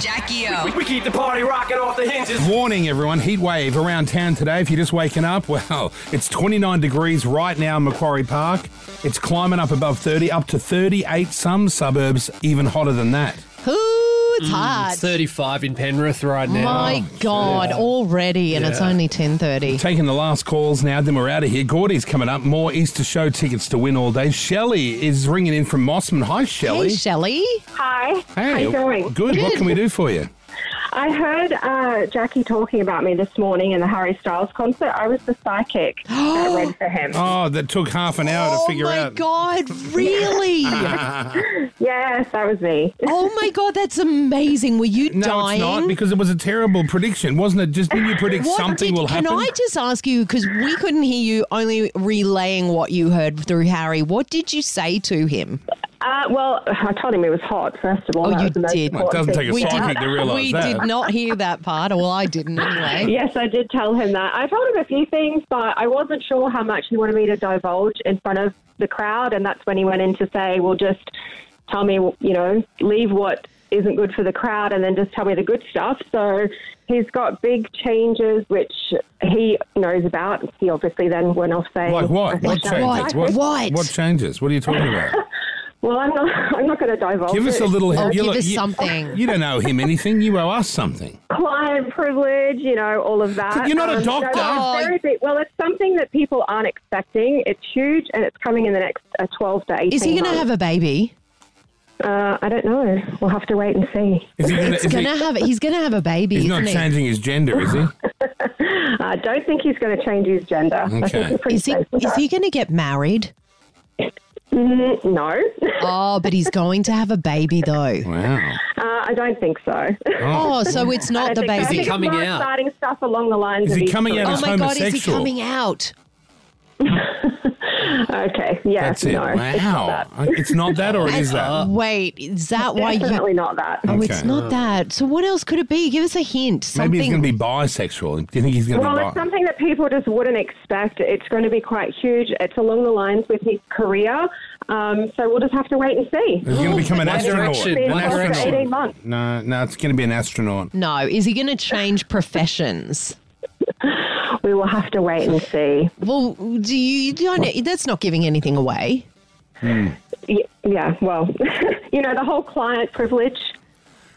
Jackie O. We keep the party rocking off the hinges. Warning everyone, heat wave around town today. If you're just waking up, well, it's 29 degrees right now in Macquarie Park. It's climbing up above 30, up to 38, some suburbs even hotter than that. Ooh, it's hard. Mm, It's 35 in Penrith right now. My God, already, and it's Yeah. only ten thirty. Taking the last calls now, then we're out of here. Gordy's coming up, more Easter show tickets to win all day. Shelley is ringing in from Mossman. Hi, Shelley. Hey, Shelley. Hi. How you going? Good. What can we do for you? I heard uh, Jackie talking about me this morning in the Harry Styles concert. I was the psychic that read for him. Oh, that took half an hour oh to figure my out. God, really? Yes, that was me. oh my God, that's amazing. Were you No, it's dying? not because it was a terrible prediction, wasn't it? Just didn't you predict What something did- will can happen? I just ask you because we couldn't hear you, only relaying what you heard through Harry. What did you say to him? Uh, well, I told him it was hot, first of all. Oh, That you was the most did. Well, it doesn't important take a thing. did- psychic to realise we that. did not hear that part. Well, I didn't anyway. Yes, I did tell him that. I told him a few things, but I wasn't sure how much he wanted me to divulge in front of the crowd, and that's when he went in to say, "Well, just tell me, you know, leave what isn't good for the crowd, and then just tell me the good stuff." So he's got big changes, which he knows about. He obviously then went off saying, Like I what? think What that- changes? What? What? what changes? What are you talking about? Well, I'm not. I'm not going to divulge. Give us it. a little Oh, help. give look- us something. You don't owe him anything. You owe us something. client privilege, you know, all of that. Um, You're not a so doctor. it's Oh. very big- well, it's something that people aren't expecting. It's huge, and it's coming in the next uh, 12 to 18 Is he going to have a baby? a... Uh, I don't know. We'll have to wait and see. Is he gonna, It's is he- going to have. He's going to have a baby. he's not isn't he? changing his gender, is he? Uh, I don't think he's going to change his gender. I Okay. think he's pretty Is he? safe with Is that. he going to get married? Mm, no, uh, Oh, but he's going to have a baby though. Wow. I don't think so. Oh, so it's I not the think so. I Is he baby. think it's coming more out? Exciting stuff along the lines Is of he his coming career. out Oh as my God, is he homosexual? coming out? Okay, yeah, That's it. no, it's not Wow. that. It's not that, or it is that? uh, Wait, is that why you? Definitely not that. Oh, it's Okay. not that. So what else could it be? Give us a hint. Something. Maybe he's going to be bisexual. Do you think he's going to Well, be it's bi? something that people just wouldn't expect. It's going to be quite huge. It's along the lines with his career. Um, so we'll just have to wait and see. He's going to become an One astronaut. Direction, Been One in for Direction. 18 months. No, no, it's going to be an astronaut. No, is he going to change professions? We will have to wait and see. Well, do you, you don't, that's not giving anything away. Y- Yeah, well, you know, the whole client privilege.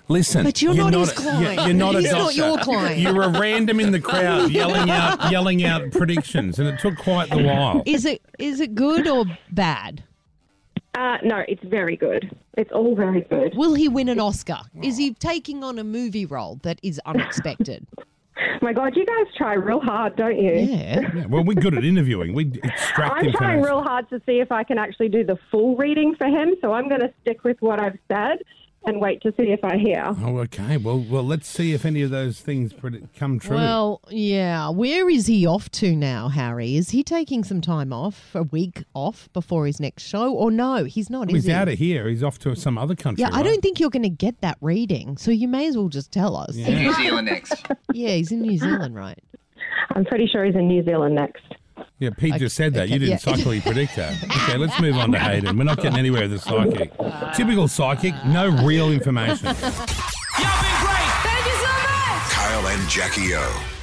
Listen, But you're not his client. You're, you're not a He's not doctor. your client. You're a random in the crowd yelling out, yelling out predictions, and it took quite the while. Is it is it good or bad? Uh, no, it's very good. It's all very good. Will he win an Oscar? Is he taking on a movie role that is unexpected? My God, you guys try real hard, don't you? yeah. Yeah, well, we're good at interviewing. We extract I'm trying information. real hard to see if I can actually do the full reading for him. So I'm going to stick with what I've said and wait to see if I hear. Oh, okay. Well, well, let's see if any of those things pred- come true. Well, yeah. Where is he off to now, Harry? Is he taking some time off, a week off before his next show, or no? He's not. he's is he? out of here. He's off to some other country. Yeah, I right? don't think you're going to get that reading, so you may as well just tell us. Yeah. New Zealand next. yeah he's in New Zealand, right? I'm pretty sure he's in New Zealand next. Yeah, Pete just said that. okay, you didn't yeah. psychically predict that. Okay, let's move on to Hayden. We're not getting anywhere with the psychic. Typical psychic. No real information. Y'all been great. Kyle and Jackie O.